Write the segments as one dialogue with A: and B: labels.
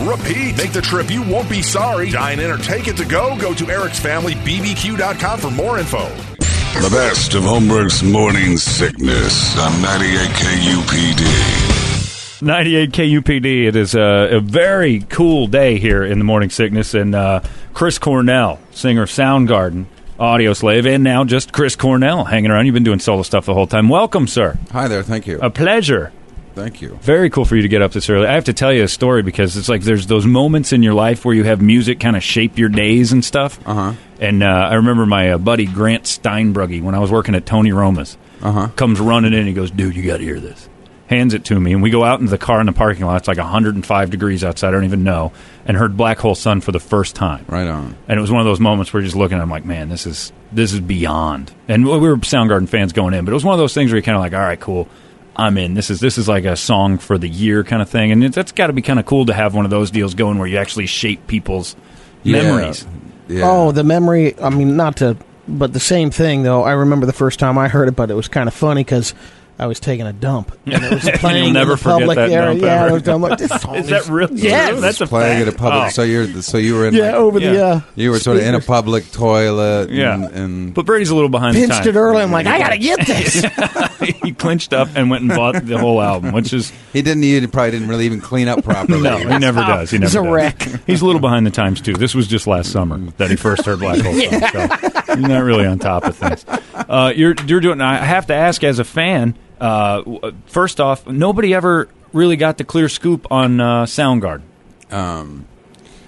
A: repeat. Make the trip. You won't be sorry. Dine in or take it to go. Go to ericsfamilybbq.com for more info.
B: The best of Holmberg's morning sickness on 98 KUPD.
C: 98 KUPD. It is a, a very cool day here in the morning sickness, and uh, Chris Cornell, singer of Soundgarden, Audio Slave, and now just Chris Cornell hanging around. You've been doing solo stuff the whole time. Welcome, sir.
D: Hi there. Thank you.
C: A pleasure.
D: thank you.
C: Very cool for you to get up this early. I have to tell you a story because it's like there's those moments in your life where you have music kind of shape your days and stuff. Uh-huh. And uh, I remember my uh, buddy Grant Steinbrugge when I was working at Tony Roma's comes running in and he goes, "Dude, you got to hear this." Hands it to me, and we go out into the car in the parking lot. It's like 105 degrees outside. I don't even know, and heard Black Hole Sun for the first time.
D: Right on.
C: And it was one of those moments where you're just looking at them like, man, this is this is beyond. And we were Soundgarden fans going in, but it was one of those things where you're kind of like, all right, cool, I'm in. This is this is like a song for the year kind of thing, and it, that's got to be kind of cool to have one of those deals going where you actually shape people's
D: Yeah.
C: memories.
D: Yeah.
E: Oh, the memory. I mean, not to, but the same thing though. I remember the first time I heard it, but it was kind of funny because I was taking a dump and it was playing in
C: never
E: the
C: forget
E: public
C: that
E: area.
C: dump
E: yeah,
C: ever.
E: I was, I'm like, this song
C: Is that real?
E: Yes.
C: True? That's a
D: playing
C: fact.
D: at a public.
C: Oh.
D: So you're so you were in
E: Yeah,
D: like-
E: over
C: Yeah.
E: the uh,
D: you were sort of in a
E: speaker.
D: public toilet.
C: Yeah,
D: And, and
C: but Brady's a little behind. the
E: Pinched
C: time.
E: it early. I'm like, I gotta get this.
C: he clinched up and went and bought the whole album, which is
D: he didn't. He probably didn't really even clean up properly.
C: No, he never does. He never
E: He's a
C: does.
E: wreck.
C: He's a little behind the times too. This was just last summer that he first heard Black Hole. Sun, so he's not really on top of things. Uh, you're you're doing. I have to ask as a fan. Uh, w- first off, nobody ever really got the clear scoop on uh, Soundgarden.
D: Um,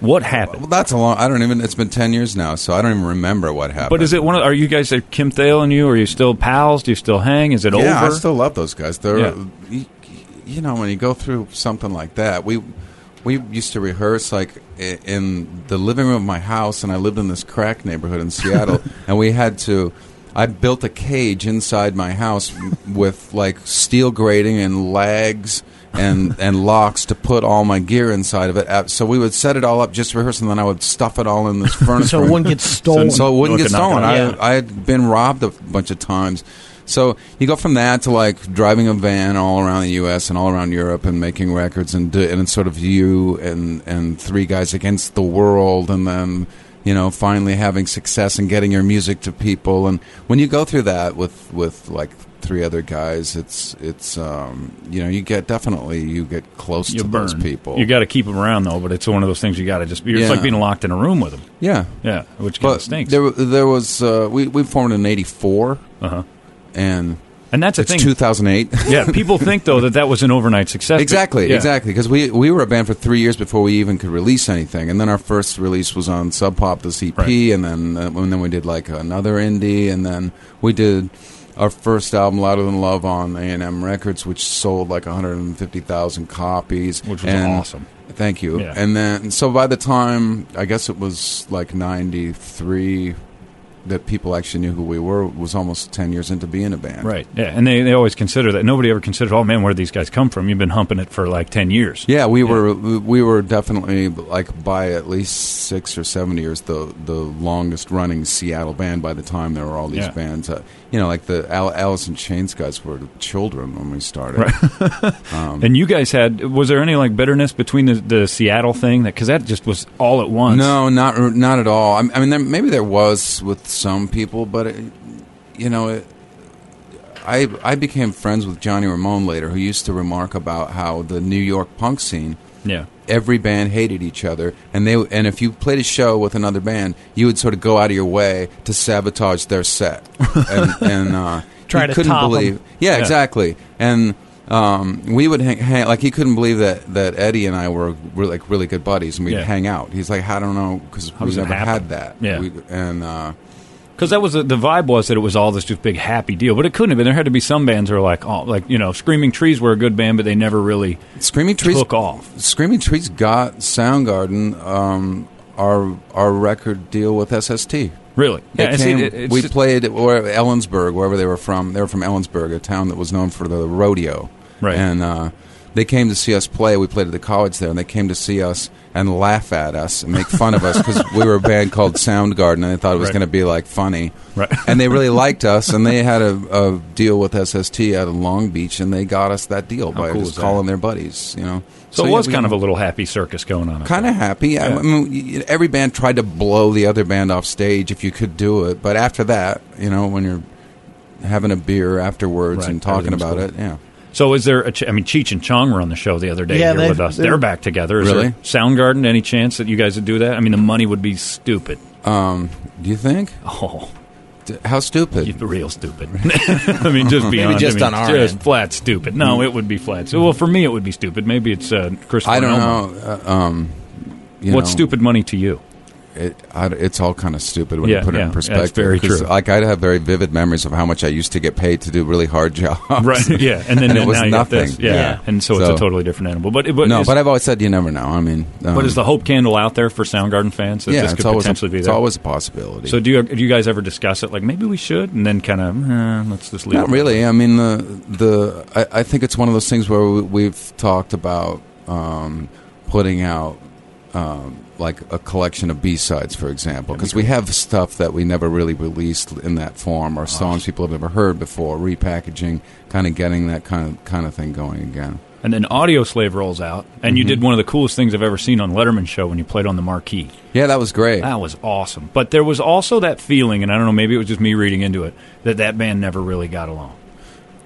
C: What
D: well,
C: happened?
D: that's a long. I don't even. It's been ten years now, so I don't even remember what happened.
C: But is it one of? Are you guys are Kim Thale and you? Are you still pals? Do you still hang? Is it over?
D: Yeah, I still love those guys. They're,
C: Yeah.
D: you, you know, when you go through something like that, we we used to rehearse like i- in the living room of my house, and I lived in this crack neighborhood in Seattle, and we had to. I built a cage inside my house with like steel grating and lags and and locks to put all my gear inside of it. Uh, So we would set it all up just rehearsing, then I would stuff it all in this furnace.
E: so
D: room.
E: one gets stolen.
D: So it wouldn't
C: No one
D: get
C: could knock
D: stolen.
C: it
E: out.
D: I, I had been robbed a bunch of times. So you go from that to like driving a van all around the U.S. and all around Europe and making records and do, and it's sort of you and and three guys against the world and then you know finally having success and getting your music to people and when you go through that with with like three other guys it's it's um you know you get definitely you get close
C: You
D: to
C: burn
D: those people
C: You got to keep them around though, but it's one of those things you got to just. It's
D: Yeah.
C: like being locked in a room with them.
D: yeah
C: Yeah, which kind of
D: but
C: stinks.
D: there there was uh, we we formed in '84
C: uh-huh.
D: and
C: And that's a
D: it's
C: thing.
D: 2008.
C: yeah, people think though that that was an overnight success.
D: exactly,
C: Yeah.
D: exactly. Because we we were a band for three years before we even could release anything, and then our first release was on Sub Pop, the CP,
C: Right.
D: and then uh, and then we did like another indie, and then we did our first album, Louder Than Love, on A and M Records, which sold like 150,000 copies,
C: Which was
D: and-
C: awesome.
D: Thank you.
C: Yeah.
D: And then, so by the time, I guess it was like 93 that people actually knew who we were, it was almost 10 years into being a band.
C: Right. Yeah. And they, they always consider that. Nobody ever considers, oh man, where did these guys come from? You've been humping it for like 10 years.
D: Yeah, we were we were definitely like by at least six or seven years the the longest running Seattle band. By the time there were all these
C: Yeah.
D: bands, uh, you know, like the Al- Alice in Chains guys were children when we started.
C: And you guys had, was there any like bitterness between the, the Seattle thing? Because that just was all at once.
D: No, not not at all. I, I mean, there, maybe there was with some people, but it, you know, it, I I became friends with Johnny Ramone later, who used to remark about how the New York punk scene.
C: Yeah.
D: every band hated each other, and they and if you played a show with another band, you would sort of go out of your way to sabotage their set, and, and uh,
E: Try
D: he
E: to
D: couldn't
E: top 'em.
D: believe, yeah, exactly, and. Um, we would hang, hang like he couldn't believe that, that Eddie and I were, were like really good buddies and we'd
C: Yeah.
D: hang out. He's like, I don't know because we
C: does that
D: never
C: happen?
D: had that.
C: Yeah.
D: we, and uh,
C: Because that was the, the vibe was that it was all this just big happy deal, but it couldn't have been. There had to be some bands that were like, oh, like you know, Screaming Trees were a good band, but they never really
D: Screaming Trees
C: took off.
D: Screaming Trees got Soundgarden um, our our record deal with SST.
C: Really,
D: They
C: and see,
D: came,
C: it- it's
D: we
C: just-
D: played where, Ellensburg, wherever they were from. They were from Ellensburg, a town that was known for the rodeo.
C: Right.
D: And uh, they came to see us play. We played at the college there, and they came to see us and laugh at us and make fun of us because we were a band called Soundgarden, and they thought it was
C: Right.
D: going to be like funny.
C: Right.
D: And they really liked us, and they had a, a deal with SST out of Long Beach, and they got us that deal by
C: cool is
D: just
C: that?
D: calling their buddies. You know.
C: So, it was
D: yeah, we-
C: kind of a little happy circus going on.
D: kind of happy. I, I mean, y- every band tried to blow the other band off stage if you could do it, but after that, you know, when you're having a beer afterwards
C: Right,
D: and talking
C: everything's
D: about
C: cool.
D: it, yeah.
C: So is there? A ch- I mean, Cheech and Chong were on the show the other day
E: Yeah,
C: here
E: they've-
C: with us.
E: they've-
C: They're back together. Is
D: Really?
C: there Soundgarden? Any chance that you guys would do that? I mean, the money would be stupid.
D: Do you think?
C: Oh,
D: D- How stupid?
C: you'd be real stupid. I mean, just beyond. I
F: just
C: mean,
F: on our
C: just
F: end.
C: flat stupid. No, it would be flat. So, well, for me, it would be stupid. Maybe it's uh, Christopher.
D: Mm. I don't
C: Nolan.
D: know. Uh, um, you
C: What's
D: know,
C: stupid money to you?
D: It, I, it's all kind of stupid when
C: Yeah,
D: you put it
C: yeah,
D: in
C: that's
D: perspective.
C: very
D: 'cause,
C: true.
D: Like I'd have very vivid memories of how much I used to get paid to do really hard jobs.
C: Right. Yeah. And then
D: And it
C: now
D: was
C: you got
D: nothing.
C: this. Yeah.
E: Yeah.
C: And so, it's
D: So-
C: a totally different animal. But but,
D: no,
C: is,
D: but I've always said you never know. I mean, um,
C: but is the hope candle out there for Soundgarden fans that
D: yeah,
C: this
D: it's
C: could
D: always a,
C: potentially be
D: it's
C: there?
D: always a possibility.
C: so do you do you guys ever discuss it? Like maybe we should, and then kind of eh, let's just leave.
D: Not
C: it.
D: really. I mean, the the I, I think it's one of those things where we- we've talked about um, putting out um, like a collection of B sides, for example, because we have stuff that we never really released in that form, or songs people have never heard before, repackaging, kind of getting that kind of kind of thing going again.
C: And then Audio Slave rolls out, and
D: Mm-hmm.
C: you did one of the coolest things I've ever seen on Letterman show when you played on the marquee.
D: Yeah, that was great.
C: That was awesome. But there was also that feeling, and I don't know, maybe it was just me reading into it, that that band never really got along.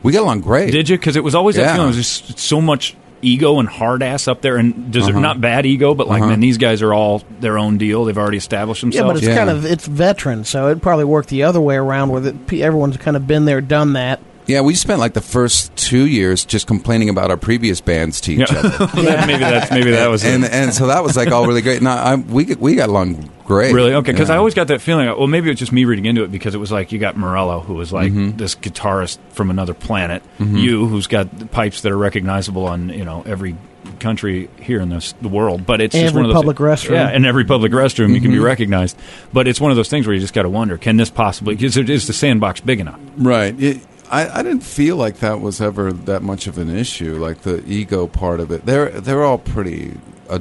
D: We got along great.
C: Did you? Because it was always that
D: Yeah.
C: feeling. It was just so much ego and hard ass up there, and deserve,
D: Uh-huh.
C: not bad ego, but like, man, these guys are all their own deal. They've already established
E: Yeah,
C: themselves.
E: but it's kind of it's veteran, so it probably worked the other way around, where the, pe- everyone's kind of been there, done that.
D: Yeah, we spent like the first two years just complaining about our previous bands to each other.
C: Then maybe that's maybe that was
D: and
C: it.
D: and so that was like all really great. No, I, we get- we got along great.
C: Really? Okay, because
D: Yeah.
C: I always got that feeling. Well, maybe it's just me reading into it because it was like you got Morello, who was like
D: Mm-hmm.
C: this guitarist from another planet. You, who's got the pipes that are recognizable on you know every country here in this, the world. But it's just
E: Every
C: one of those
E: public restroom.
C: Yeah, and every public restroom you can
D: Mm-hmm.
C: be recognized. But it's one of those things where you just got to wonder: Can this possibly? Is, it- is the sandbox big enough?
D: Right. It, I, I didn't feel like that was ever that much of an issue. Like the ego part of it, they're they're all pretty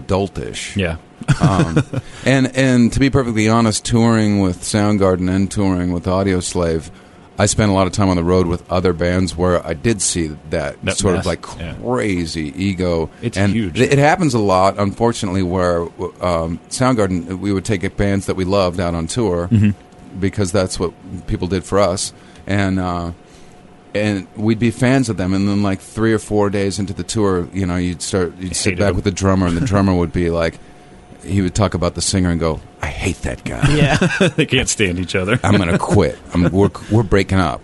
D: adultish.
C: Yeah.
D: um, and and to be perfectly honest, touring with Soundgarden and touring with Audio Slave, I spent a lot of time on the road with other bands where I did see that,
C: That
D: sort
C: mess,
D: of like
C: yeah.
D: crazy ego.
C: It's
D: and
C: huge.
D: th- it happens a lot, unfortunately, where um, Soundgarden we would take bands that we loved out on tour
C: Mm-hmm.
D: because that's what people did for us, and. Uh, and we'd be fans of them. And then, like three or four days into the tour, you know, you'd start you'd sit
C: Hated
D: back
C: him.
D: with the drummer, and the drummer would be like, he would talk about the singer and go, "I hate that guy.
E: Yeah,
C: they can't stand each other.
D: I'm gonna quit. I'm, we're we're breaking up."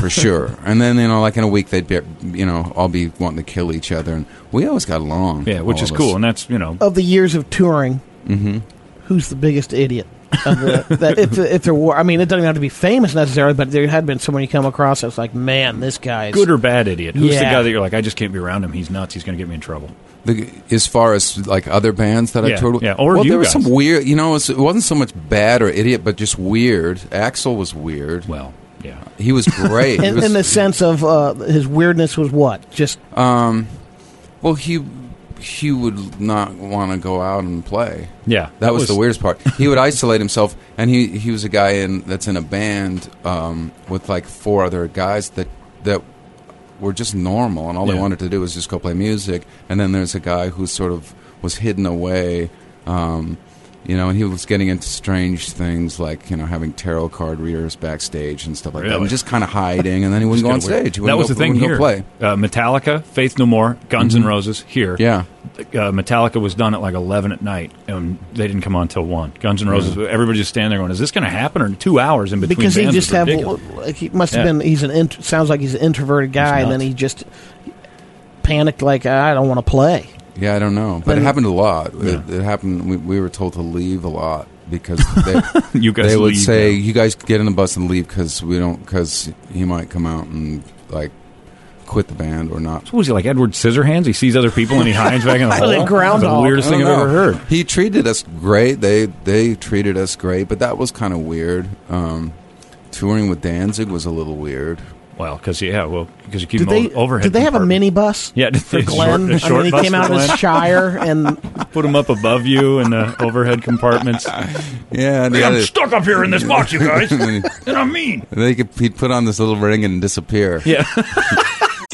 D: For sure, and then you know, like in a week, they'd be, you know, all be wanting to kill each other, and we always got along.
C: Yeah, which
D: all
C: is
D: of us. Oh,
C: cool, and that's you know
E: of the years of touring, who's the biggest idiot? of the, that if, if there were, I mean, it doesn't have to be famous necessarily, but there had been someone you come across that's like, man, this guy's
C: Good or bad idiot? Who's the
E: Yeah.
C: guy that you're like, I just can't be around him. He's nuts. He's going to get me in trouble.
D: The, as far as like other bands that
C: Yeah,
D: I toured with,
C: yeah, or
D: well,
C: you
D: there was
C: guys.
D: some weird. You know, it, was, it wasn't so much bad or idiot, but just weird. Axel was weird.
C: Well, yeah.
D: he was great. He
E: in,
D: was-
E: in the sense of uh, his weirdness was what? Just
D: well, he he would not want to go out and play.
C: Yeah.
D: That was, the weirdest part. He would isolate himself, and he, he was a guy in that's in a band um, with like four other guys that that were just normal, and all they
C: Yeah.
D: wanted to do was just go play music. And then there's a guy who sort of was hidden away, um, you know, and he was getting into strange things like you know having tarot card readers backstage and stuff like that,
C: Really?
D: and just kind of hiding. And then he wouldn't go on
C: Kinda weird.
D: stage. He
C: that
D: wouldn't
C: was
D: go,
C: the thing
D: wouldn't go
C: here.
D: Play. Mm-hmm.
C: Uh, Metallica, Faith No More, Guns N' Roses here.
D: Yeah.
C: Uh, Metallica was done at like eleven at night, and they didn't come on till one. Guns N' Roses. Everybody just standing there going, "Is this going to happen?" Or two hours in between
E: because he
C: bands
E: just
C: is
E: have
C: ridiculous.
E: like, he must have
C: Yeah.
E: been he's an int- sounds like he's an introverted guy, and then
C: nuts.
E: he just panicked like I don't want to play.
D: Yeah, I don't know, but it
E: And-
D: happened a lot. It, it happened. We, we were told to leave a lot because they,
C: You guys
D: they would
C: leave
D: say,
C: now.
D: "You guys get in the bus and leave because we don't because he might come out and like quit the band or not."
C: What was he like Edward Scissorhands? He sees other people and he hides back in the hole.
E: Like
C: That's the
E: Groundhog.
C: weirdest
D: I don't
C: thing I've
D: know.
C: ever heard.
D: He treated us great. They they treated us great, but that was kind of weird. Um, touring with Danzig was a little weird.
C: Well, because yeah, well, because you keep
E: Did
C: him
E: they
C: o- overhead.
E: did they have a
C: compartment.
E: mini bus?
C: Yeah, did
E: for
C: they
E: Glenn.
C: short- a
E: I mean,
C: short
E: he
C: bus
E: came out
C: for
E: of his
C: Glenn? Oh
E: shire and
C: Put him up above you in the overhead compartments.
D: Yeah, and the
C: I'm
D: other-
C: stuck up here in this box, you guys, and I'm mean.
D: they could, he'd put on this little ring and disappear.
C: Yeah.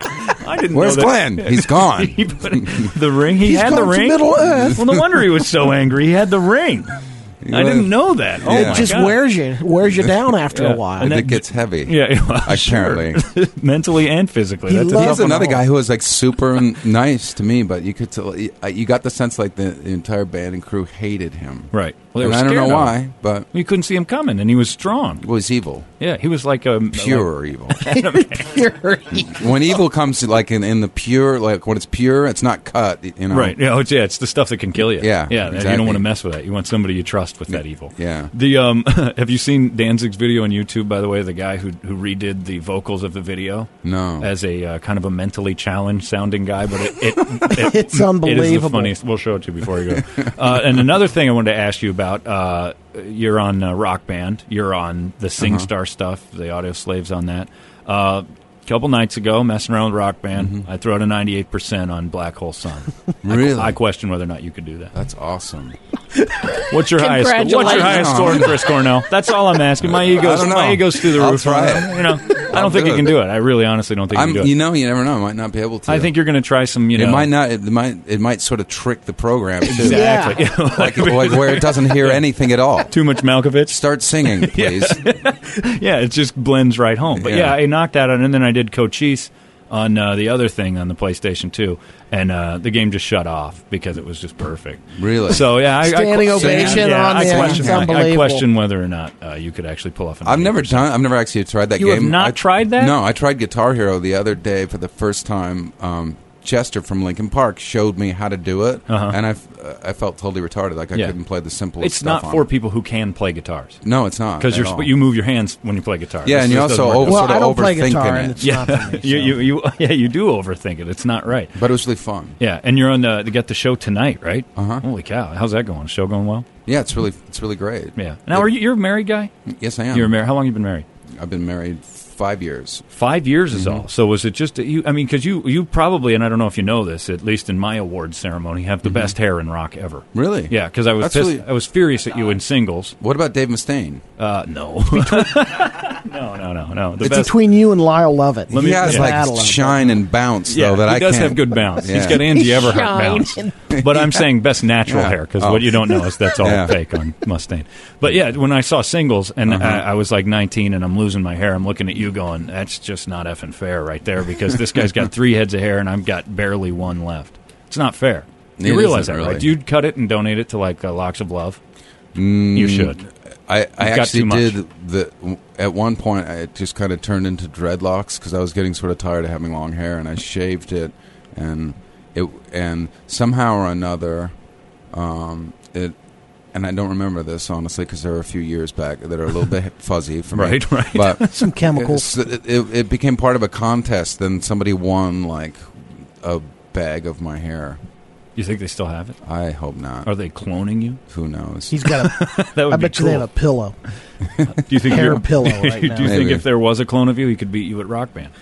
C: I didn't.
D: Where's
C: know that.
D: Glenn? He's gone.
C: He put the ring. He
D: He's
C: had the
D: gone to
C: ring.
D: Middle Earth.
C: Well, no wonder he was so angry. He had the ring. I didn't know that. Oh,
D: Yeah.
C: my
D: It
E: just
C: God.
E: wears you wears you down after
C: Yeah.
E: a while.
C: And
D: it
C: that-
D: gets heavy.
C: Yeah, well,
D: Apparently.
C: sure. mentally and physically.
E: He
C: That's
E: loves
D: He's
E: Up on
D: another
E: the
D: guy
E: wall.
D: who was like super n- nice to me, but you could tell you you got the sense like the, the entire band and crew hated him.
C: Right. Well, they
D: and
C: were
D: I don't know
C: scared of
D: why,
C: him.
D: but
C: You couldn't see him coming, and he was strong.
D: it was evil,
C: Yeah, he was like a
D: pure evil.
E: You're-
D: when evil comes like in, in the pure, like when it's pure, it's not cut. You know,
C: Right. Yeah, oh, it's, yeah, it's the stuff that can kill you.
D: Yeah,
C: Yeah. You
D: exactly.
C: don't want to mess with that. You want somebody you trust with that evil.
D: yeah.
C: The um have you seen Danzig's video on YouTube by the way, the guy who who redid the vocals of the video?
D: No.
C: As a uh, kind of a mentally challenged sounding guy, but it, it, it
E: It's
C: It is the
E: unbelievable.
C: funniest. We'll show it to you before you go. Uh, and another thing I wanted to ask you about, uh, you're on uh, Rock Band, you're on
D: Uh-huh.
C: the SingStar stuff, the Audio Slaves on that. Uh, a couple nights ago, messing around with Rock Band,
D: Mm-hmm.
C: I threw out a 98% on Black Hole Sun.
D: Really,
C: I question whether or not you could do that.
D: that's awesome.
C: What's your highest? What's your
E: Congratulations.
C: highest score, in Chris Cornell? That's all I'm asking. My ego's
D: I don't know.
C: my ego's through the
D: I'll
C: roof.
D: try
C: right
D: it.
C: now. You know, I
D: I'll
C: don't think
D: do
C: you can
D: it.
C: do it. I really, honestly, don't think
D: I'm,
C: you can do it.
D: you know, you never know. I might not be able to.
C: I think you're going to try some. You
D: It
C: know,
D: might not. It might. It might sort of trick the program too.
C: exactly.
D: Like, like where it doesn't hear anything at all.
C: Too much Malkovich.
D: Start singing, please.
C: Yeah, it just blends right home. But yeah,
D: Yeah.
C: I knocked that on, and then I did Cochise on uh, the other thing on the PlayStation 2, and uh, the game just shut off because it was just perfect.
D: Really?
C: So yeah, I,
E: Standing
C: I,
E: ovation
C: yeah,
E: on
C: I
E: the-
C: question,
E: it's
C: I- I
E: unbelievable.
C: question whether or not uh, you could actually pull off. an
D: I've never
C: 98%.
D: done. I've never actually tried that
C: You have
D: game.
C: not
D: I-
C: tried that?
D: No, I tried Guitar Hero the other day for the first time. Um, Chester from Lincoln Park showed me how to do it,
C: Uh-huh.
D: and I, f- uh, I felt totally retarded. Like I
C: Yeah.
D: couldn't play the simplest.
C: It's
D: stuff
C: not
D: on
C: for
D: it.
C: people who can play guitars.
D: No, it's not
C: because
D: at
C: you're
D: all.
C: sp- you move your hands when you play guitar.
D: Yeah,
C: This-
D: and you
C: this doesn't
D: also
C: work
D: over,
E: Well,
D: sort of
E: I don't play guitar,
D: overthinking
E: and
D: it.
E: it's-
C: out.
E: not for
C: yeah,
E: me,
C: you, you,
E: so.
C: you yeah you do overthink it. It's not right.
D: But it was really fun.
C: Yeah, and you're on the they got the show tonight, right?
D: Uh-huh.
C: Holy cow, how's that going? Show going well?
D: Yeah, it's really it's really great.
C: Yeah. Now are you you're a married guy?
D: Yes, I am.
C: You're married. How long you been married?
D: I've been married f- five years.
C: Five years is
D: Mm-hmm.
C: all. So was it just that you? I mean, because you you probably and I don't know if you know this. At least in my award ceremony, have the
D: Mm-hmm.
C: best hair in rock ever.
D: Really?
C: Yeah. Because I was
D: That's
C: pissed,
D: really-
C: I was furious at you
D: uh,
C: in singles.
D: What about Dave Mustaine?
C: Uh, no. no, no, no, no. The
E: It's
C: best.
E: between you and Lyle Lovett.
D: he has
E: The battle
D: like
E: of-
D: shine and bounce
C: yeah,
D: though that
C: he
D: I
C: does
D: can't.
C: have good bounce. He's
D: Yeah.
C: got Andy Everhart
E: Shine.
C: bounce. But I'm saying best natural
D: Yeah.
C: hair because
D: Oh.
C: what you don't know is that's all
D: Yeah. Uh-huh.
C: fake on Mustang. But yeah, when I saw singles and I, I was like 19 and I'm losing my hair, I'm looking at you going, that's just not effing fair right there because this guy's got three heads of hair and I've got barely one left. It's not fair. You
D: It
C: realize
D: isn't
C: that,
D: really.
C: right? You'd cut it and donate it to like uh, Locks of Love. you
D: Mm.
C: should.
D: I, I
C: You've got too
D: actually
C: much.
D: did the. At one point, I it just kind of turned into dreadlocks because I was getting sort of tired of having long hair, and I shaved it, and it, and somehow or another, um, it, and I don't remember this honestly because there were a few years back that are a little bit fuzzy for me.
C: Right, right.
D: But
E: Some chemicals.
D: It's- It, it became part of a contest. Then somebody won like a bag of my hair.
C: You think they still have it?
D: I hope not.
C: Are they cloning you?
D: Who knows?
E: He's got a.
C: That would
E: I
C: be
E: bet
C: cool.
E: you they have a pillow.
C: Do you think
E: hair
C: you-
E: pillow right
C: do you
E: now.
C: think
D: Maybe.
C: if there was a clone of you, he could beat you at Rock Band?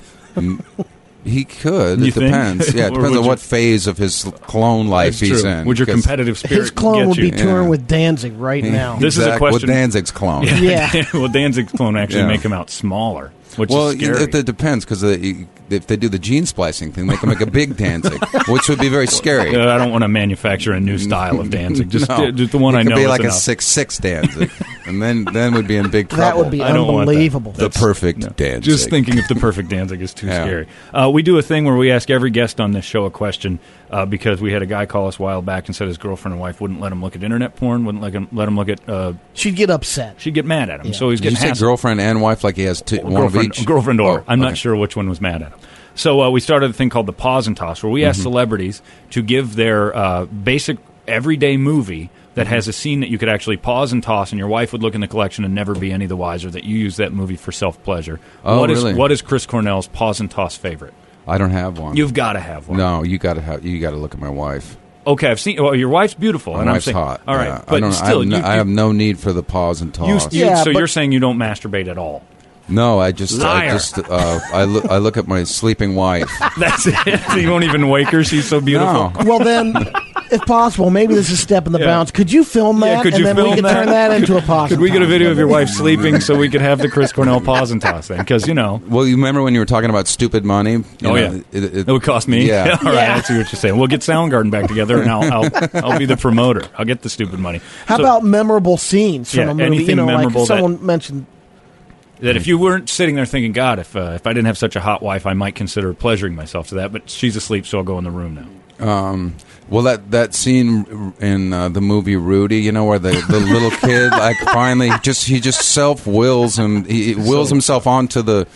D: He could.
C: You
D: it
C: think?
D: depends. Yeah,
C: Or
D: it depends
C: would
D: on
C: you-
D: what phase of his clone life he's in.
C: Would your
D: 'cause
C: competitive spirit
E: His clone
C: get
E: would
C: you? Mm-hmm.
E: be touring
D: Yeah.
E: with Danzig right
D: he-
E: now.
C: This is a
D: exact-
C: question-
D: With Danzig's clone.
E: Yeah.
C: well, Danzig's clone actually
D: Yeah.
C: make him out smaller, which
D: Well,
C: is
D: you know,
C: scary.
D: it, it depends because if they do the gene splicing thing, they can make a big Danzig, which would be very scary.
C: Uh, I don't want to manufacture a new style of Danzig. Just,
D: No.
C: uh, just the one
D: it
C: I
D: could
C: know.
D: be
C: is
D: like
C: enough.
D: a six six Danzig, and then then would be in big trouble.
E: That would be
C: I don't want that.
E: unbelievable.
D: the perfect Danzig.
C: Just thinking of the perfect Danzig is too
D: Yeah.
C: scary. Uh, we do a thing where we ask every guest on this show a question uh, because we had a guy call us a while back and said his girlfriend and wife wouldn't let him look at internet porn, wouldn't let him, let him look at. Uh,
E: She'd get upset.
C: she'd get mad at him,
E: Yeah.
C: so he's
D: Did you
C: getting
D: say
C: hassled.
D: girlfriend and wife like he has two, one of
C: girlfriend,
D: each?
C: girlfriend or
D: Oh,
C: I'm not
D: okay.
C: sure which one was mad at him. So uh, we started a thing called the pause and toss, where we
D: Mm-hmm.
C: asked celebrities to give their uh, basic everyday movie that has a scene that you could actually pause and toss, and your wife would look in the collection and never be any the wiser that you use that movie for self pleasure.
D: Oh,
C: What is-
D: really?
C: what is Chris Cornell's pause and toss favorite?
D: I don't have one.
C: You've got to have one.
D: no, you got to have. You got to look at my wife.
C: Okay, I've seen. Well, your wife's beautiful,
D: My
C: and
D: wife's
C: I'm saying,
D: hot.
C: all right,
D: Yeah.
C: but
D: I don't,
C: still,
D: I have, no,
C: you,
D: I
C: you-
D: have no need for the pause and
C: you-
D: toss.
C: you-
E: Yeah,
C: so
E: but-
C: you're saying you don't masturbate at all?
D: no, I just,
C: Liar.
D: I just, uh, I look, I look at my sleeping wife. Oh.
C: That's it. you won't even wake her. She's so beautiful.
D: no,
E: Well, then, if possible, maybe this is a step in the
C: Yeah.
E: bounds. Could you film that?
C: Yeah, could
E: and
C: you
E: then
C: film
E: we could
C: that?
E: turn that into a possible.
C: Could we get a video of your wife sleeping so we could have the Chris Cornell pause and toss thing? Because you know,
D: well, you remember when you were talking about stupid money? You
C: oh
D: know,
C: yeah,
D: it, it,
C: would cost me.
D: Yeah,
C: all right. I see what you're saying. We'll get Soundgarden back together, and I'll I'll, I'll be the promoter. I'll get the stupid money.
E: How
C: So
E: about memorable scenes from
C: Yeah,
E: a movie?
C: anything
E: you know,
C: memorable
E: like
C: that-
E: someone mentioned.
C: that? If you weren't sitting there thinking, God, if uh, if I didn't have such a hot wife, I might consider pleasuring myself to that. But she's asleep, so I'll go in the room now.
D: Um, well, that that scene in uh, the movie Rudy, you know, where the, the little kid like finally just he just self wills and he he wills himself onto the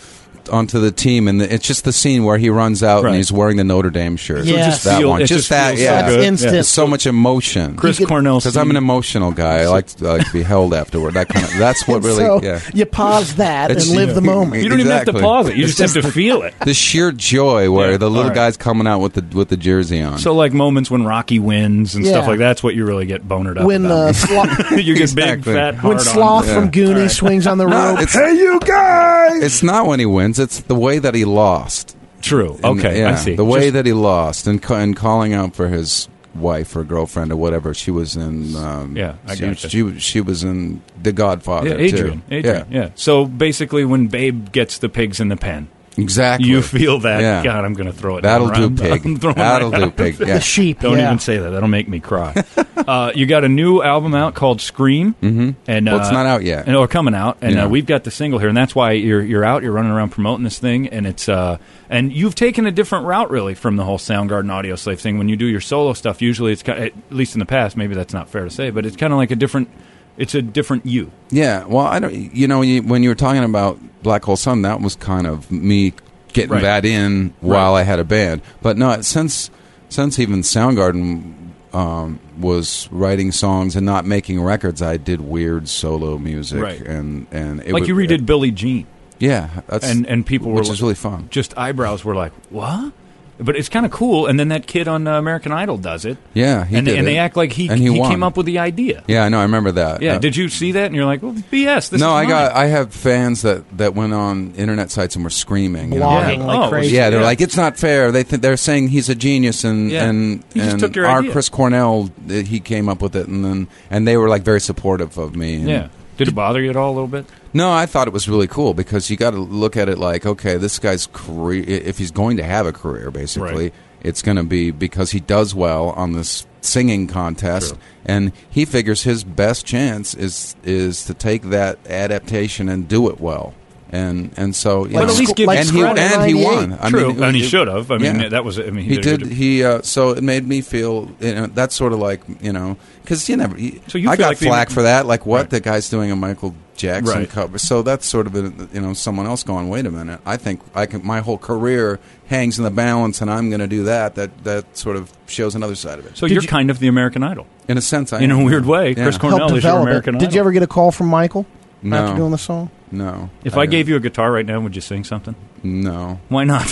D: onto the team, and it's just the scene where he runs out
C: Right.
D: and he's wearing the Notre Dame shirt.
E: So it just
D: just that
C: feel-
D: one,
C: it
D: just,
C: just
D: that,
C: feels
E: so
D: yeah,
E: good. That's instant.
D: It's so much emotion.
C: Chris
E: could-
C: Cornell,
D: Because I'm an
C: scene-
D: emotional guy, I like to like, be held afterward. That kind of that's what really.
E: so
D: yeah.
E: you pause that and
D: It's-
E: live the moment.
C: You don't even have to
D: Exactly.
C: pause it. You just have to feel it.
D: The sheer joy where
C: Yeah,
D: the little
C: alright.
D: guy's coming out with the with the jersey on.
C: So like moments when Rocky wins and stuff
E: Yeah.
C: like that, that's what you really get bonered up.
E: When
C: about.
E: uh, sloth,
C: you get big,
D: Exactly.
C: fat,
E: when
C: hard-ons.
E: sloth from Goonies
C: All right.
E: swings on the rope.
D: Ah, it's, hey, you guys! It's not when he wins; it's the way that he lost.
C: True.
D: And,
C: Okay,
D: yeah,
C: I see.
D: The way
C: Just-
D: that he lost, and, ca- and calling out for his wife or girlfriend or whatever. She was in. Um,
C: Yeah, I
D: she,
C: gotcha.
D: she she was in The Godfather.
C: Yeah, Adrian.
D: Too.
C: Adrian. Yeah. So basically, when Babe gets the pigs in the pen,
D: exactly.
C: you feel that.
D: Yeah.
C: God, I'm going to throw it.
D: That'll
C: down.
D: do,
C: I'm-
D: pig.
C: I'm throwing
D: That'll
C: my-
D: do, pig.
E: the
D: Yeah.
E: sheep.
C: Don't
E: yeah.
C: even say that. That'll make me cry. uh, you got a new album out called Scream, mm-hmm. and
D: Well, it's
C: uh,
D: not out yet.
C: And or coming out, and
D: Yeah.
C: uh, we've got the single here, and that's why you're you're out. You're running around promoting this thing, and it's uh, and you've taken a different route really from the whole Soundgarden Audio Slave thing. When you do your solo stuff, usually it's kind at least in the past. Maybe that's not fair to say, but it's kind of like a different. It's a different you.
D: Yeah, well, I don't. You know, when you, when you were talking about Black Hole Sun, that was kind of me getting
C: Right.
D: that in while I had a band. But no, since since even Soundgarden um, was writing songs and not making records, I did weird solo music.
C: Right.
D: and and it
C: Like
D: would-
C: you redid Billie Jean.
D: yeah, that's
C: and and people were
D: which is
C: like-
D: really fun.
C: Just eyebrows were like, "What?" But it's kind of cool. And then that kid on uh, American Idol does it.
D: Yeah, he
C: and,
D: did
C: and
D: it.
C: they act like he
D: And he
C: he,
D: won.
C: came up with the idea.
D: Yeah, I know. I remember that.
C: Yeah.
D: Uh,
C: Did you see that? And you're like, well, BS. This is
D: no, I
C: mine.
D: got. uh, I have fans that that went on internet sites and were screaming. you know?
E: Blogging
C: Yeah.
E: like
C: Oh,
E: crazy.
D: Yeah, they're
C: Yeah.
D: like, it's not fair. They th- they're saying he's a genius, and
C: Yeah.
D: and,
C: He just
D: and
C: took your
D: our
C: idea.
D: Chris Cornell, th- he came up with it, and then and they were like very supportive of me. and-
C: Yeah. Did it bother you at all a little bit?
D: No, I thought it was really cool because you got to look at it like, okay, this guy's career, i- if he's going to have a career, basically,
C: Right.
D: it's going to be because he does well on this singing contest, and he figures his best chance is is to take that adaptation and do it well, and and so you
E: Like
D: know,
E: But at least give
D: and
E: him
D: he
E: credit.
D: and he won. I
C: True,
D: mean,
C: and he
D: it-
C: should have. I mean,
D: yeah.
C: that was. I mean,
D: He
C: a good
D: did.
C: job.
D: He uh, so it made me feel. You know, that's sort of like you know because you never.
C: So you
D: I
C: feel
D: got
C: like the-
D: flack for that. Like what
C: Right.
D: the guy's doing a Michael Jackson
C: Right.
D: cover. Uh, So that's sort of a, you know someone else going. Wait a minute. I think I can. My whole career hangs in the balance, and I'm going to do that. That that sort of shows another side of it.
C: So you're kind of the American Idol
D: in a sense, I
C: in a
D: am.
C: weird way.
D: Yeah.
C: Chris
E: Helped
C: Cornell is your
E: develop it.
C: American Idol.
E: Did you ever get a call from Michael
D: No.
E: after doing the song?
D: No.
C: If I
D: didn't.
C: gave you a guitar right now, would you sing something?
D: no,
C: Why not?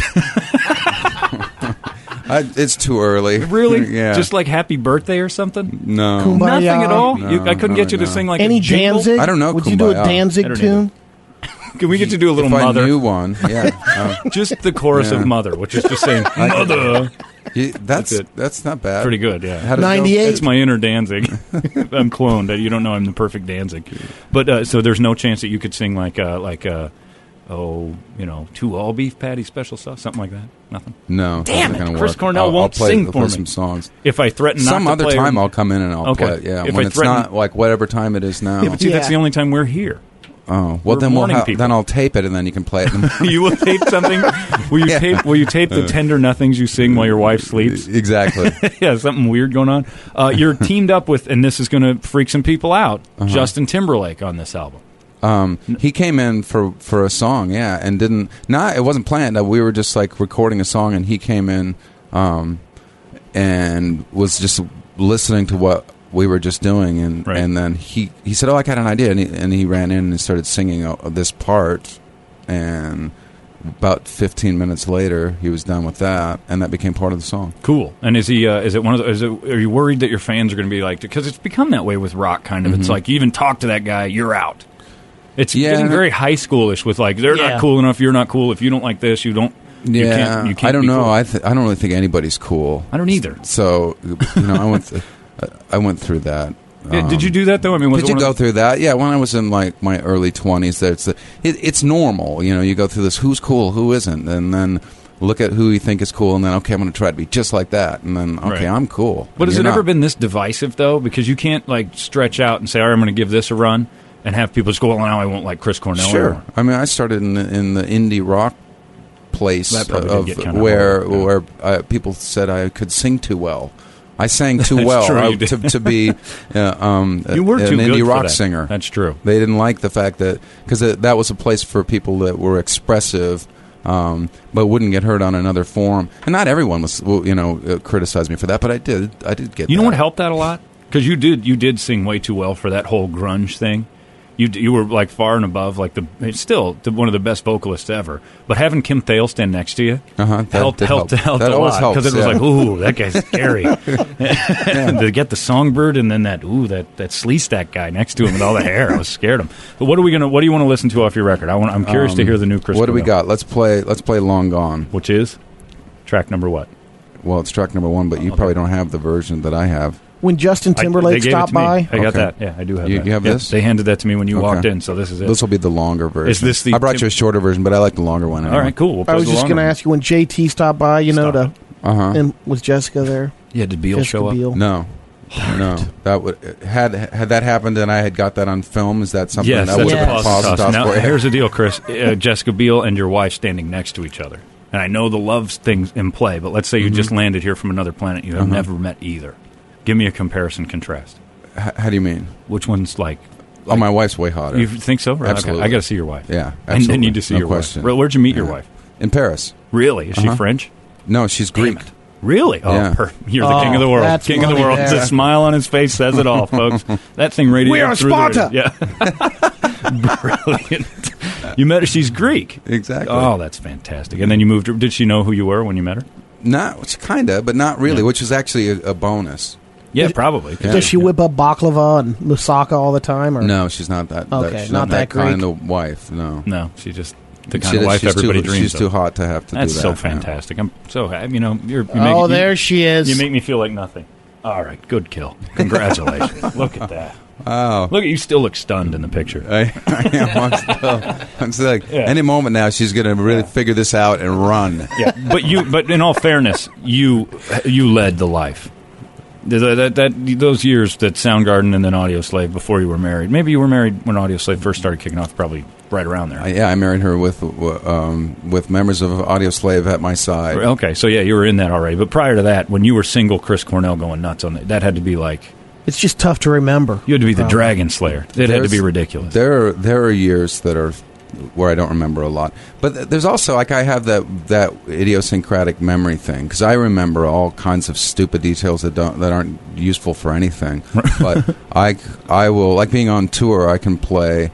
D: I, it's too early.
C: really?
D: yeah.
C: Just like Happy Birthday or something?
D: no.
E: Kumbaya.
C: Nothing at all.
D: No,
C: you, I couldn't
D: no,
C: get you to
D: no.
C: sing like
E: Any
C: a jingle?
E: Danzig?
D: I don't know
E: Would you do a
D: Kumbaya. I
E: Danzig
C: don't
E: tune?
C: Can we get to do a little
D: if
C: mother?
D: I knew one, yeah. Uh,
C: Just the chorus
D: Yeah.
C: of mother, which is just saying mother.
D: you-
C: That's
D: that's
C: it.
D: that's not bad.
C: Pretty good, yeah.
D: How did it go?
E: 98.
C: It's my inner Danzig. I'm cloned. You don't know I'm the perfect Danzig. But uh, so there's no chance that you could sing like uh, like uh, oh you know two all beef patty special stuff something like that. Nothing.
D: No,
C: Damn
D: that's not
C: it,
D: gonna
C: Chris
D: work.
C: Cornell
D: I'll,
C: won't
D: I'll play,
C: sing
D: I'll
C: for
D: play
C: me.
D: some songs.
C: If I threaten
D: Some
C: not to
D: other
C: play,
D: time, I'll come in and I'll
C: Okay.
D: play. Yeah,
C: If
D: when
C: I
D: it's
C: threaten-
D: not like whatever time it is now.
C: Yeah, but see, that's
E: Yeah.
C: the only time we're here.
D: oh,
C: we're
D: well then we'll
C: warning
D: ha-
C: people.
D: then I'll tape it and then you can play it.
C: you will tape something. Will you
D: Yeah. Uh.
C: tape? Will you tape the tender nothings you sing while your wife sleeps?
D: exactly.
C: yeah, something weird going on. Uh, you're teamed up with, and this is going to freak some people out.
D: Uh-huh.
C: Justin Timberlake on this album.
D: Um, he came in for for a song, yeah, and didn't. Not it wasn't planned. Uh, We were just like recording a song, and he came in, um, and was just listening to what we were just doing, and
C: Right.
D: and then he he said, "Oh, I got an idea," and he, and he ran in and started singing uh, this part, and about 15 minutes later, he was done with that, and that became part of the song.
C: Cool. And is he? Uh, is it one of? The, is it? Are you worried that your fans are going to be like? Because it's become that way with rock. Kind of. It's like you even talk to that guy, you're out. It's
D: Mm-hmm. Yeah.
C: getting very high schoolish with like they're
E: Yeah.
C: not cool enough. You're not cool. If you don't like this, you don't. you can't, you can't
D: I don't
C: be
D: know.
C: cool.
D: I th- I don't really think anybody's cool.
C: I don't either.
D: So you know, I went th- I went through that.
C: Yeah, did you
D: Um,
C: do that though? I mean, was
D: Did
C: it
D: you
C: one
D: go
C: of the-
D: through that? Yeah, when I was in like my early twenties, that's the, it, it's normal. You know, you go through this: who's cool, who isn't, and then look at who you think is cool, and then okay, I'm going to try to be just like that, and then okay,
C: Right.
D: I'm cool.
C: But has
D: You're
C: it ever
D: not.
C: been this divisive though? Because you can't like stretch out and say, "All right, I'm going to give this a run," and have people just go, "Well, now I won't like Chris Cornell."
D: Sure.
C: anymore."
D: I mean, I started in the, in the indie rock place
C: That probably did
D: of
C: get kinda
D: where
C: old, yeah.
D: where uh, people said I could sing too well. I sang too well
C: true,
D: I-
C: you did.
D: to, to be uh, um,
C: You were
D: an
C: too good
D: indie
C: for
D: rock
C: that.
D: singer.
C: That's true.
D: They didn't like the fact that because that was a place for people that were expressive. Um, but wouldn't get heard on another forum, and not everyone was, well, you know, uh, criticized me for that. But I did, I did get.
C: You know
D: that.
C: what helped that a lot? Because you did you did sing way too well for that whole grunge thing. You d- you were like far and above like the it's still the, one of the best vocalists ever. But having Kim Thale stand next to you
D: Uh-huh, that
C: helped
D: did
C: helped
D: help.
C: helped
D: That
C: a
D: always
C: lot
D: helps,
C: because it was
D: yeah.
C: like ooh that guy's scary. to get the songbird and then that ooh that that slee stack guy next to him with all the hair, I was scared of him. But what are we gonna what do you want to listen to off your record? I want I'm curious to hear the new Chris.
D: Um, What do we
C: Cornell,
D: got? Let's play. Let's play Long Gone.
C: Which is track number what?
D: Well, it's track number one,
C: Oh,
D: but you probably don't have the version that I have.
E: When Justin
C: I-
E: Timberlake
C: they gave it
E: stopped
C: to me.
E: by,
C: I got
D: Okay.
C: that. Yeah, I do have
D: You-
C: that.
D: you have
C: Yeah,
D: this?
C: They handed that to me when you
D: Okay.
C: walked in, so this is it.
D: This will be the longer version.
C: Is this the
D: I brought
C: Tim-
D: you a shorter version, but I like the longer one.
C: All right, cool. We'll
E: I
C: play
E: was
C: the
E: just
C: longer
E: going to
C: one. Uh-huh.
E: ask you when JT stopped by, you know, to
D: Uh huh.
E: and was Jessica there?
C: Yeah, did Beal
E: Jessica
C: show up?
E: Biel.
D: No, no. That would had had that happened, and I had got that on film. Is that something
C: Yes,
D: that
C: that's
D: would
C: a
D: have
C: pause
D: been paused
C: toss.
D: off
C: Now,
D: for you?
C: here's the deal, Chris. Uh, Jessica Biel and your wife standing next to each other. And I know the love thing's in play, but let's say you
D: Mm-hmm.
C: just landed here from another planet you have
D: Uh-huh.
C: never met either. Give me a comparison contrast.
D: H- How do you mean?
C: Which one's like.
D: oh, my wife's way hotter.
C: You think so? Right, okay.
D: Absolutely.
C: I got to see your wife. I
D: Yeah,
C: n-
D: absolutely.
C: need to see
D: No
C: your
D: question.
C: wife. Re- Where'd you meet your
D: Yeah. Uh-huh.
C: wife?
D: in Paris.
C: Really? Is she French?
D: No, she's
C: Damn
D: Greek.
C: it. Really? Oh,
D: Yeah.
C: per- you're the
E: Oh,
C: king of the world.
E: that's
C: King of the
E: money
C: world.
E: there.
C: The smile on his face says it all, folks. That thing radiated
E: We are
C: through the-
E: Sparta.
C: yeah. Brilliant. You met her. She's Greek.
D: Exactly.
C: Oh, that's fantastic. And then you moved. her- Did she know who you were when you met her?
D: Not, which kinda, but not really, which is actually a, a bonus.
C: Yeah, probably.
E: Does she whip up baklava and moussaka all the time? Or
D: No, she's not that. that-
E: Okay,
D: she's
E: not that Greek.
D: kind of wife. No,
C: No, she just the kind
D: She-
C: of life
D: she's
C: everybody
D: too,
C: dreams
D: She's
C: of.
D: too hot to have to
C: That's
D: do that.
C: so
D: yeah.
C: fantastic. I'm so happy. You know, you're. You make,
E: Oh,
C: you-
E: there she is.
C: You make me feel like nothing. All right, good kill. Congratulations. look at that.
D: Wow.
C: Look at you. Still look stunned in the picture.
D: I, I am. I'm still, I'm still like,
C: Yeah.
D: any moment now, she's going to really figure this out and run.
C: Yeah, but you. But in all fairness, you you led the life. That, that, that- those years that Soundgarden and then Audio Slave before you were married. Maybe you were married when Audio Slave first started kicking off. Probably right around there.
D: I, yeah, I married her with um, with members of Audio Slave at my side.
C: okay, so yeah, you were in that already. But prior to that, when you were single, Chris Cornell going nuts on that, that had to be like
E: It's just tough to remember.
C: you had to be the
E: Um,
C: Dragon Slayer. It had to
D: There's-
C: be ridiculous.
D: There are there are years that are where I don't remember a lot, but th- there's also like I have that that idiosyncratic memory thing because I remember all kinds of stupid details that don't that aren't useful for anything. but I c- I will like being on tour. I can play.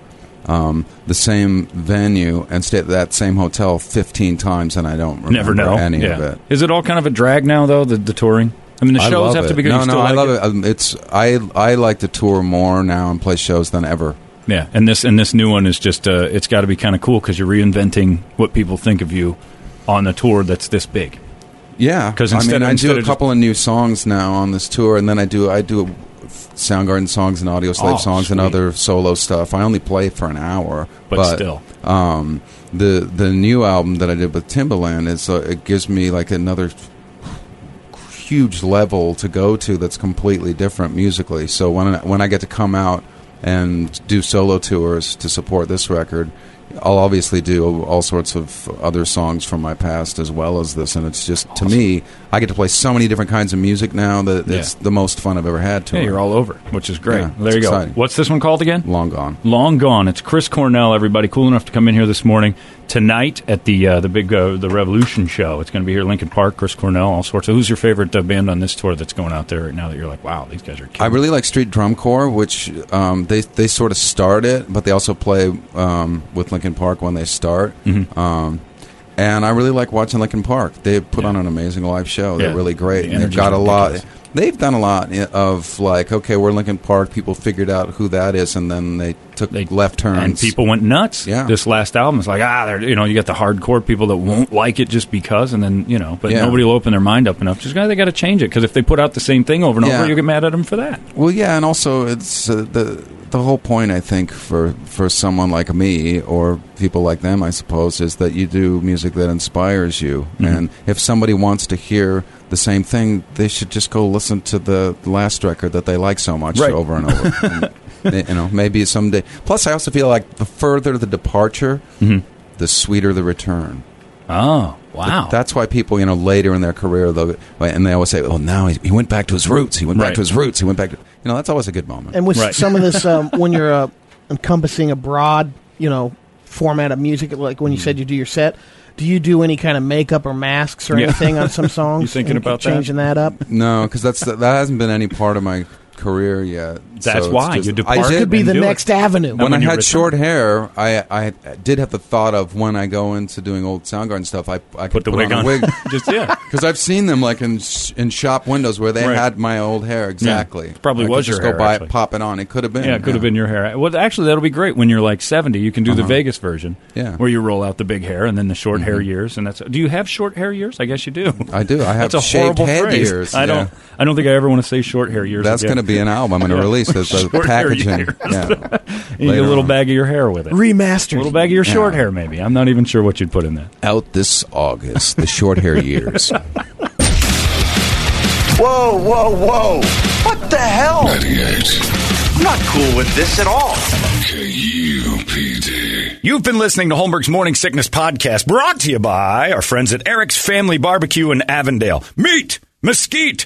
D: Um, the same venue and stay at that same hotel 15 times and I don't
C: Never
D: remember
C: know
D: any
C: yeah.
D: of it.
C: Is it all kind of a drag now though? The, the touring. I mean, the
D: I
C: shows
D: love
C: have to
D: it.
C: be good.
D: No,
C: You
D: no,
C: still
D: I
C: like
D: love
C: it?
D: it. Um, It's I I like to tour more now and play shows than ever.
C: Yeah, and this and this new one is just uh, it's got to be kind of cool because you're reinventing what people think of you on a tour that's this big.
D: Yeah,
C: 'Cause
D: I
C: instead-
D: mean, I
C: instead
D: do
C: of
D: a
C: just-
D: couple of new songs now on this tour, and then I do I do Soundgarden songs and Audio Slave
C: Oh,
D: songs and
C: sweet.
D: other solo stuff. I only play for an hour,
C: But still.
D: um, the the new album that I did with Timbaland is uh, it gives me like another huge level to go to that's completely different musically. So when I, when I get to come out and do solo tours to support this record, I'll obviously do all sorts of other songs from my past as well as this. And it's just to me, I get to play so many different kinds of music now that it's
C: Yeah.
D: the most fun I've ever had. To
C: Yeah, you're all over, which is great.
D: Yeah,
C: there
D: it's
C: you go.
D: exciting.
C: What's this one called again?
D: long gone.
C: Long gone. It's Chris Cornell. Everybody, cool enough to come in here this morning. Tonight at the uh, the big uh, the Revolution show. It's going to be here, at Lincoln Park. Chris Cornell, all sorts. of Who's your favorite uh, band on this tour that's going out there right now? That you're like, wow, these guys are. Killing
D: I really like Street Drum Corps, which um, they they sort of start it, but they also play um, with Lincoln Park when they start.
C: Mm-hmm.
D: Um, and I really like watching Lincoln Park. They put on an amazing live show.
C: Yeah.
D: They're really
C: The
D: great. and they've
C: energy's
D: got a lot.
C: ridiculous.
D: They've done a lot i- of like, okay, we're Lincoln Park. People figured out who that is, and then they took
C: They-
D: left turns.
C: and people went nuts.
D: Yeah.
C: This last album is like ah, they're, you know, you got the hardcore people that won't like it just because, and then you know, but
D: Yeah.
C: nobody will open their mind up enough. Just guys, they got to change it because if they put out the same thing over and
D: Yeah.
C: over, you get mad at them for that.
D: Well, yeah, and also it's uh, the the whole point I think for for someone like me or people like them, I suppose, is that you do music that inspires you. And if somebody wants to hear the same thing, they should just go listen to the last record that they like so much
C: Right.
D: over and over. And, you know, maybe someday. Plus, I also feel like the further the departure, the sweeter the return.
C: Oh wow,
D: That's why people, you know, later in their career, though, and they always say, "Oh, now he, he went back to his roots. He went
C: Right.
D: back to his roots. He went back to." You know, that's always a good moment.
E: And with
C: Right.
E: some of this, um, when you're uh, encompassing a broad, you know, format of music, like when you said you do your set, do you do any kind of makeup or masks or
C: Yeah.
E: anything on some songs?
C: You thinking
E: and
C: about that?
E: changing that, up?
D: No, because that's that hasn't been any part of my career yet.
C: That's
D: it's
C: why you depart.
D: I
E: Or it
D: did,
E: could be the
C: do it.
E: next avenue.
D: when I
C: when you
D: had
C: return.
D: short hair, I I did have the thought of when I go into doing old Soundgarden stuff, I I could
C: put the wig
D: on,
C: on.
D: a wig.
C: just yeah.
D: Because I've seen them like in sh- in shop windows where they
C: Right.
D: had my old hair exactly.
C: It probably
D: I could
C: was your
D: just
C: hair,
D: Go buy
C: actually.
D: it, pop it on. It could have been.
C: Yeah, it could have been your hair. Well, actually, that'll be great when you're like 70. You can do the Vegas version,
D: Uh-huh. Yeah. Mm-hmm.
C: where you roll out the big hair and then the short hair years. And that's. Do you have short hair years? I guess you do.
D: I do. I have
C: that's a
D: shaved
C: horrible
D: head
C: phrase.
D: years.
C: I don't.
D: Yeah.
C: I don't think I ever want to say short hair years.
D: That's going to be an album. I'm going to
C: Yeah.
D: release this the
C: Short hair
D: packaging.
C: years.
D: Yeah.
C: You get a
D: later
C: little
D: on.
C: bag of your hair with it.
E: Remastered.
C: A little bag of your short
D: Yeah.
C: hair, maybe. I'm not even sure what you'd put in that.
D: Out this August, the short hair years.
G: Whoa, whoa, whoa. What the hell?
B: 98.
G: I'm not cool with this at all.
B: KUPD.
H: You've been listening to Holmberg's Morning Sickness Podcast, brought to you by our friends at Eric's Family Barbecue in Avondale. Meet, mesquite,